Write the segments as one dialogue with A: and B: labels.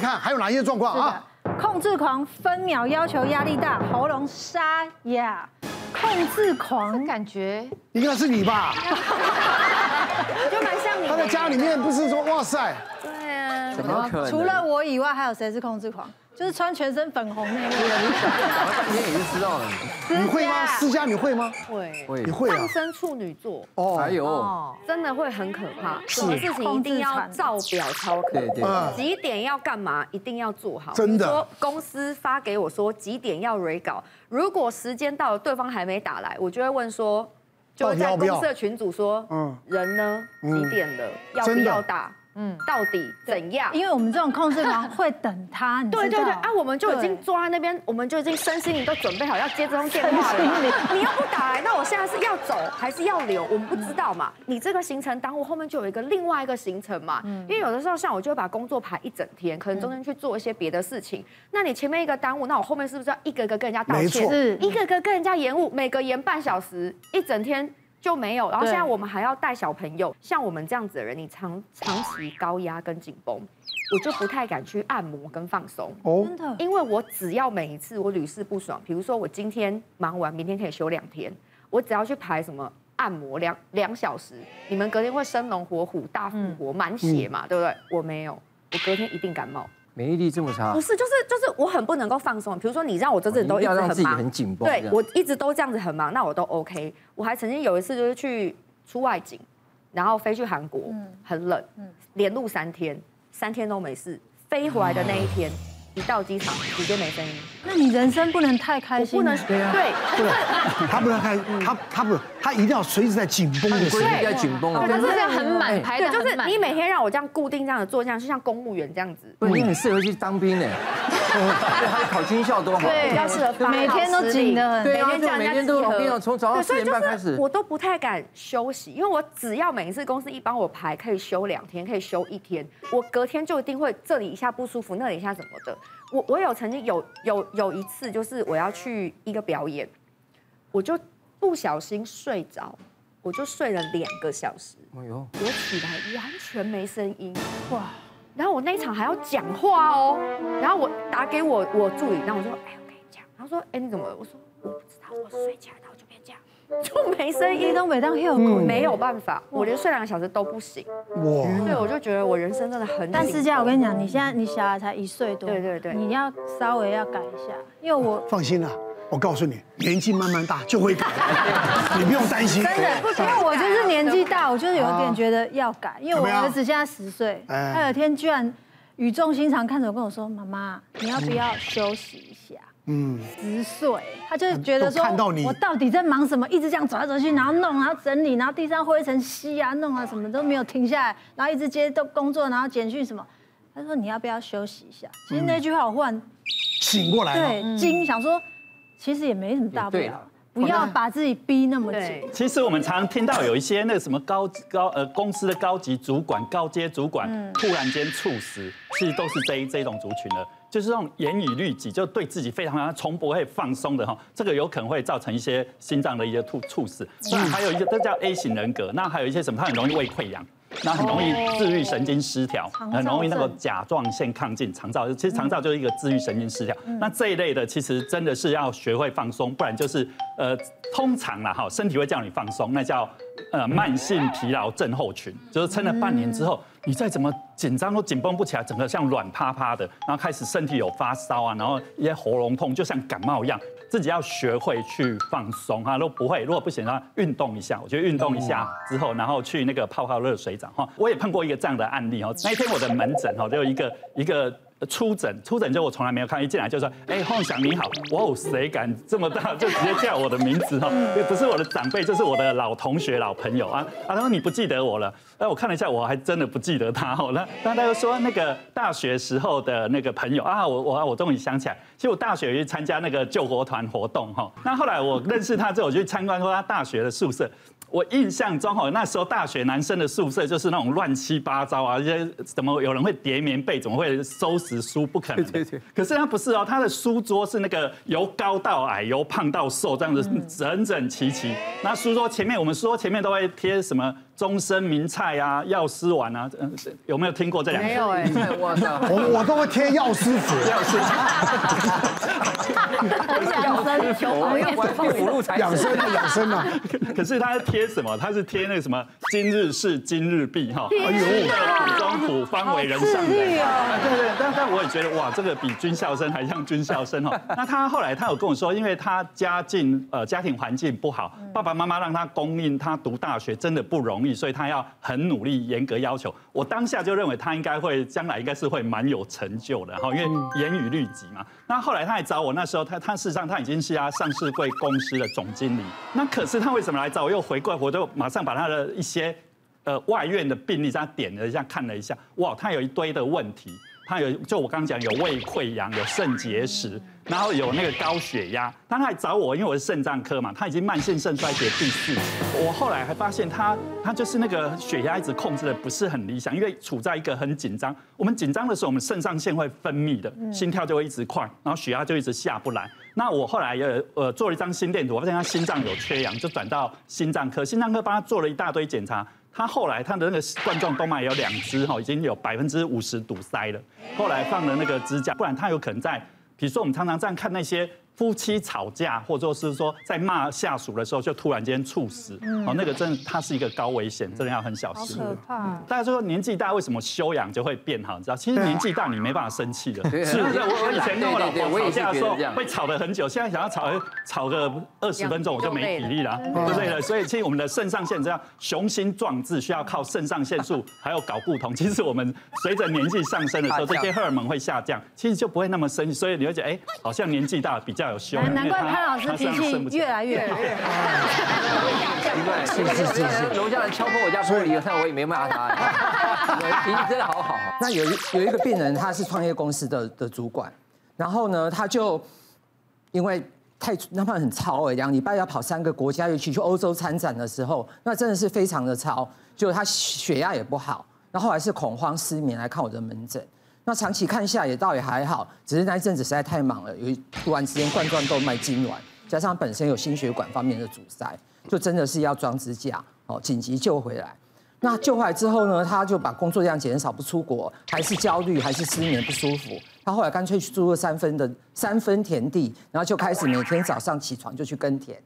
A: 看还有哪些状况
B: 是的
A: 啊？，
B: 控制狂、分秒要求压力大、喉咙沙哑、控制狂，
C: 感觉
A: 应该是你吧？
B: 就蛮像你
A: 他在
B: 的。
A: 家里面不是说哇塞，
C: 对啊，
D: 怎么可能？
B: 呃除了我以外，还有谁是控制狂？就是穿全身粉红那
D: 我
B: 位。
D: 半天也是知道了，
A: 你会吗？
B: 啊
A: 私家你会吗？
C: 会
D: 我也
A: 你会啊
C: 上？升处女座
D: 哎
A: 哦，
D: 呦，
C: 哦，真的会很可怕，什么事情一定要照表操课
D: 对，对，
A: 嗯，
C: 几点要干嘛一定要做好。
A: 真的
C: 比如说公司发给我说几点要 re 稿，如果时间到了对方还没打来，我就会问说，就会
A: 到底
C: 在
A: 要不要
C: 公司的群组说，
A: 嗯
C: 嗯，人呢？
A: 嗯
C: 几点了？要
A: 真
C: 不
A: 的
C: 要打？嗯，到底怎样？
B: 因为我们这种控制狂会等他，你知道
C: 对对对啊，我们就已经
B: 对
C: 坐在那边，我们就已经身心灵都准备好要接这通电 话了。你又不打来，那我现在是要走还是要
B: 嗯
C: 留？我们不知道嘛。你这个行程耽误，后面就有一个另外一个行程嘛。
B: 嗯
C: 因为有的时候像我就会把工作排一整天，可能中间去做一些别的事情。那你前面一个耽误，那我后面是不是要一个一个跟人家道
A: 没
C: 歉
A: 错？
B: 是
C: 一个个跟人家延误，每个延半小时，一整天就没有。然后
B: 对
C: 现在我们还要带小朋友，像我们这样子的人，你长长期高压跟紧绷，我就不太敢去按摩跟放松。
A: 哦
B: 真，的
C: 因为我只要每一次我屡试不爽，比如说我今天忙完，明天可以休两天，我只要去排什么按摩两两小时，你们隔天会生龙活虎、大复活、满血嘛，对不对？我没有，我隔天一定感冒。
D: 免疫力这么差
C: 不，是，就是就是我很不能够放松。比如说你让我这阵都
D: 哦
C: 一
D: 你
C: 直很
D: 要让
C: 忙，
D: 自己很紧绷这
C: 对
D: 样
C: 我一直都这样子很忙，那我都 OK。我还曾经有一次就是去出外景，然后飞去韩国，
E: 嗯
C: 很冷，连录三天，三天都没事。飞回来的那一天，一到机场直接没声音，
B: 那你人生不能太开
C: 我
B: 心，
C: 不能
A: 对啊
C: 对，
A: 对，他不能看，他他不，他一定要随时在紧绷的时
D: 规
A: 候
D: 律。要紧绷
C: 对
D: 啊。
C: 但是
E: 这很满排
C: 对，
E: 的，
C: 就是你每天让我这样固定这样的坐这样，就像公务员这样子，
D: 不，你很适合去当兵呢，对，还有考军校多好。哎
C: 对，比较适合发
B: 每天都紧得很
D: 对啊
C: 每天这样
D: 就每
C: 人家
D: 天都
C: 集合
D: 我跟你讲从早上
C: 对所以
D: 4点半
C: 就是
D: 开始
C: 我都不太敢休息，因为我只要每一次公司一帮我排可以休两天，可以休一天，我隔天就一定会这里一下不舒服，那里一下什么的。我我有曾经有有有一次，就是我要去一个表演，我就不小心睡着，我就睡了两个小时。
D: 哎呦，
C: 我起来完全没声音，
B: 哇
C: 哇！然后我那一场还要讲话哦，然后我打给我我助理，然后我说，哎，我跟你讲，他说，哎，你怎么了？我说我不知道，我睡起来然后就变这样，就没声
B: 一
C: 音，
B: 东北当 hill
C: 没有办法，我连睡两个小时都不行，
A: 哇，
C: 所以我就觉得我人生真的很紧绷。
B: 但是这样，我跟你讲，你现在你小孩才一岁多，
C: 对对对
B: 你要稍微要改一下，因为我
A: 放心啦，我告诉你，年纪慢慢大就会 改，你不用担心。
B: 真的，因为我就是年纪大，我就是有一
A: 哦
B: 点觉得要改，因为我儿子现在十岁，
A: 哎
B: 他有一天居然语重心长看着我跟我说：“妈妈，你要不要休息一下？”
A: 嗯，
B: 十岁，他就觉得说，
A: 都看到你
B: 我到底在忙什么？一直这样走来走去，然后弄，然后整理，然后地上灰尘吸啊，弄啊，什么都没有停下来，然后一直接都工作，然后简讯什么。他说：“你要不要休息一下？”其实
A: 嗯
B: 那句话我忽然
A: 醒过来了。
B: 对惊，想说其实也没什么大不
D: 也对
B: 了
D: 啦，
B: 不要把自己逼那么紧
C: 对。
F: 其实我们常听到有一些那个什么高高呃公司的高级主管、高阶主管突然间猝死，其实都是这一这一种族群的，就是这种严以律己，就对自己非常好，从不会放松的哈。这个有可能会造成一些心脏的一些猝猝死。那还有一个这叫 A 型人格，那还有一些什么，他很容易胃溃疡。然后很容易自律神经失调，
B: 肠
F: 很容易那
B: 燥
F: 个
B: 症
F: 甲状腺亢进、肠燥，其实肠燥就是一个自律神经失调。那这一类的，其实真的是要学会放松，不然就是呃，通常啦哈，身体会叫你放松，那叫呃慢性疲劳症候群，就是撑了半年之后，你再怎么紧张都紧绷不起来，整个像软趴趴的，然后开始身体有发烧啊，然后一些喉咙痛，就像感冒一样。自己要学会去放松哈，如果不会，如果不行的话，运动一下。我觉得运动一下之后，然后去那个泡泡热水澡哈。我也碰过一个这样的案例哦。那一天我的门诊哈，就有一个一个出诊，出诊就我从来没有看，一进来就说：“哎，洪翔你好。”哇哦，谁敢这么大就直接叫我的名字哈？也不是我的长辈，就是我的老同学、老朋友啊啊！他说你不记得我了？哎，我看了一下，我还真的不记得他哦。那那他又说那个大学时候的那个朋友啊，我我我终于想起来，其实我大学去参加那个救国团活动哈。那后来我认识他之后，我去参观过他大学的宿舍。我印象中哦，那时候大学男生的宿舍就是那种乱七八糟啊，一些怎么有人会叠棉被，怎么会收拾书，不可能的。
D: 对对对
F: 可是他不是哦，他的书桌是那个由高到矮，由胖到瘦这样
D: 嗯
F: 子整整齐齐。那书桌前面，我们书桌前面都会贴什么终身名菜啊、药师丸啊，嗯，有没有听过这两个？
C: 没有哎，
D: 我的
A: 我我都会贴药师 符，
B: 很养生，求
C: 我要
D: 哎我哦放福禄才
A: 养生啊养生啊，
F: 可是他贴什么？他是贴那个什么“今日事今日毕”哈，
A: 哎呦，
F: 苦中苦，方为人
B: 自
F: 上人。
B: 律哦。
F: 对对，但但我也觉得哇，这个比军校生还像军校生哦。那他后来他有跟我说，因为他家境呃家庭环境不好，爸爸妈妈让他供应他读大学真的不容易，所以他要很努力，严格要求。我当下就认为他应该会将来应该是会蛮有成就的哈，因为严以律己嘛。那后来他来找我，那时候他他事实上他已经是啊上市贵公司的总经理，那可是他为什么来找我？又回过头，我就马上把他的一些呃外院的病例，这样点了一下，看了一下，哇，他有一堆的问题，他有就我刚刚讲有胃溃疡，有肾结石，然后有那个高血压。当他来找我，因为我是肾脏科嘛，他已经慢性肾衰竭第四期。我后来还发现他他就是那个血压一直控制的不是很理想，因为处在一个很紧张。我们紧张的时候，我们肾上腺会分泌的，心跳就会一直快，然后血压就一直下不来。那我后来呃呃做了一张心电图，我发现他心脏有缺氧，就转到心脏科，心脏科帮他做了一大堆检查。他后来他的那个冠状动脉有两只哈，已经有百分之五十堵塞了。后来放了那个支架，不然他有可能在，比如说我们常常这样看那些夫妻吵架，或者是说在骂下属的时候就突然间猝死，哦，那个真的他是一个高危险，真的要很小心。
B: 嗯可怕！
F: 大家说年纪大为什么修养就会变好？你知道，其实年纪大你没办法生气了。
D: 对
F: 是不是？我我以前跟我老
D: 对对对我
F: 婆
D: 也
F: 吵
D: 是
F: 架的时
D: 觉
F: 候
D: 得这样
F: 会吵得很久，现在想要吵哎吵个二十分钟我就没体力了，
B: 就累
F: 对不对了？所以其实我们的肾上腺这样雄心壮志需要靠肾上腺素还有睾固酮。其实我们随着年纪上升的 时候，
D: 下
F: 这
D: 降
F: 些荷尔蒙会下降，其实就不会那么生气，所以你会觉得哎，好像年纪大比较有修养。
B: 难难怪
F: 因为他
B: 潘老师
F: 他
B: 脾
F: 身上生不
B: 气
F: 起来
B: 越来越好。
D: 是是是是，楼下人敲破我家玻璃，但我也没骂 他。脾气真的好好。
E: 那有一有一个病人，他是创业公司的的主管，然后呢，他就因为太那他们很超哎，两礼拜要跑三个国家，尤其去欧洲参展的时候，那真的是非常的超，就他血压也不好，然后后来是恐慌失眠来看我的门诊。那长期看下来也倒也还好，只是那一阵子实在太忙了，有一突然之间冠状动脉痉挛，加上本身有心血管方面的阻塞，就真的是要装支架哦，紧急救回来。那救回来之后呢，他就把工作量减少，不出国，还是焦虑，还是失眠不舒服。他后来干脆去住了三分的三分田地，然后就开始每天早上起床就去耕田，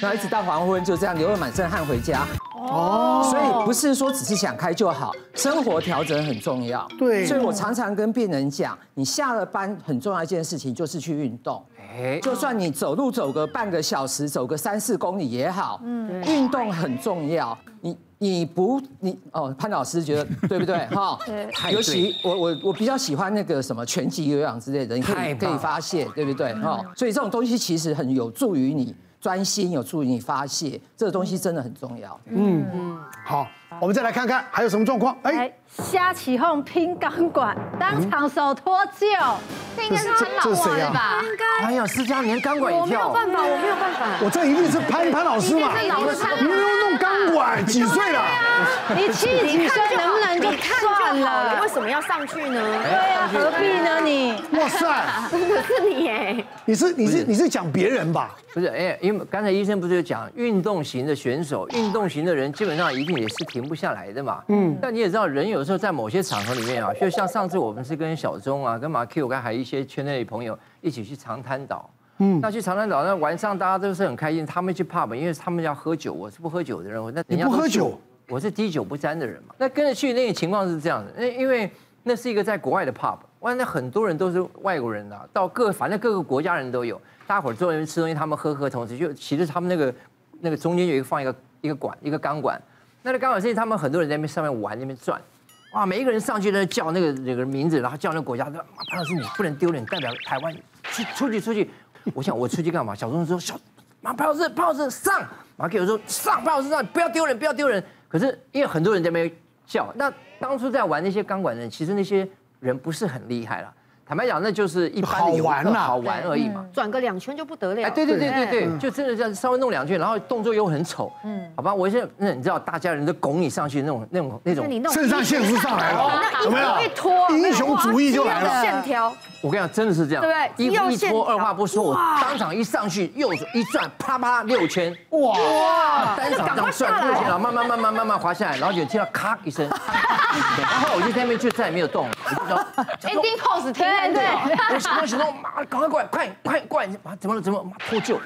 E: 然后一直到黄昏就这样流了满身汗回家。哦，所以不是说只是想开就好，生活调整很重要。
A: 对
E: 所以我常常跟病人讲，你下了班很重要一件事情就是去运动。
D: 哎，
E: 就算你走路走个半个小时，走个三四公里也好，嗯，运动很重要。你你不你哦，潘老师觉得对不对哈？
D: 太
E: 尤
D: 对
E: 其我我我比较喜欢那个什么拳击、有氧之类的，你可
D: 太
E: 以可
D: 棒
E: 以
D: 了
E: 发泄，对不对哈？所以这种东西其实很有助于你专心，有助于你发泄，这个东西真的很重要。
A: 好，我们再来看看还有什么状况？哎
B: 来，，瞎起哄拼钢管，当场手脱臼。
G: 这应该是很老化的吧？
D: 哎呀，施佳连钢管
C: 我
D: 也
C: 没有
D: 跳，
C: 办法，我没有办法。
A: 我这一定是潘潘老师嘛，
G: 一定是老师
A: 你又弄钢管，几岁了？
B: 你七十几岁能不能就算
C: 了，
B: 了
C: 为？什么要上去呢？
B: 对呀，何必呢你？
A: 哇塞，
C: 可是你哎，
A: 你是你是你是讲别人吧？
D: 不是哎，因为刚才医生不是有讲，运动型的选手，运动型的人基本上一定也是停不下来的嘛。嗯，但你也知道，人有时候在某些场合里面啊，就像上次我们是跟小钟啊、跟马 Q 跟还有一些圈内的朋友一起去长滩岛。嗯，那去长滩岛那晚上大家都是很开心，他们去 pub，因为他们要喝酒，我是不喝酒的人，我那
A: 你
D: 人家
A: 不
D: 都
A: 喝
D: 去
A: 酒
D: 我是滴酒不沾的人嘛。那跟着去那个情况是这样的，那因为那是一个在国外的 pub，哇，那很多人都是外国人啊，到各反正各个国家人都有，大家伙儿坐在那边吃东西，他们喝喝，同时就其实他们那个那个中间有一个放一个一个管一个钢管，那个钢管是他们很多人在那边上面玩那边转。哇！每一个人上去都在叫那个那个名字，然后叫那个国家。说潘老师，你不能丢脸，你代表台湾出出去出去。我想我出去干嘛？小钟说小，马潘老师，潘老师上。马克我说上，潘老师上，不要丢人，不要丢人。可是因为很多人在那边叫，那当初在玩那些钢管的人，其实那些人不是很厉害了。坦白讲，那就是一般的游客
A: 好玩啦
D: 好玩而已嘛。
C: 转个两圈就不得了。
D: 哎，对对对对对，就真的这样稍微弄两句，然后动作又很丑，嗯，好吧，我现在那你知道大家人都拱你上去那种那种那
C: 那你
D: 种，
C: 弄
A: 肾上腺素上来了，怎么样？
C: 一拖，
A: 英雄主义就来了
C: 哇肌肉线条，
D: 我跟你讲真的是这样，
C: 对不对
D: 衣
C: 肌
D: 服一
C: 肉线
D: 脱，二话不说，我
C: 哇
D: 当场一上去，右手一转，啪啪六圈，
C: 哇，
D: 单场这样转过去，
C: 啊
D: 然后慢慢慢慢慢慢滑下来，然后就听到咔 一声，然后我就在那边就再也没有动了。我就说
C: 哎
D: 想说
G: ending pose 停很久，
D: 我想到想到，妈的，赶快过来，快快过来！妈，怎么了？怎么了？妈，脱臼！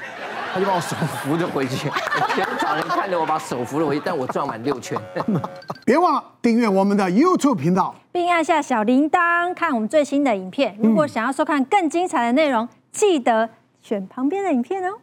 D: 他就把我手扶着回去，全场人看着我把手扶了回去，但我转满六圈。
A: 别忘了订阅我们的 YouTube 频道。
H: 并按下小铃铛看我们最新的影片。如果想要收看更精彩的内容，记得选旁边的影片哦。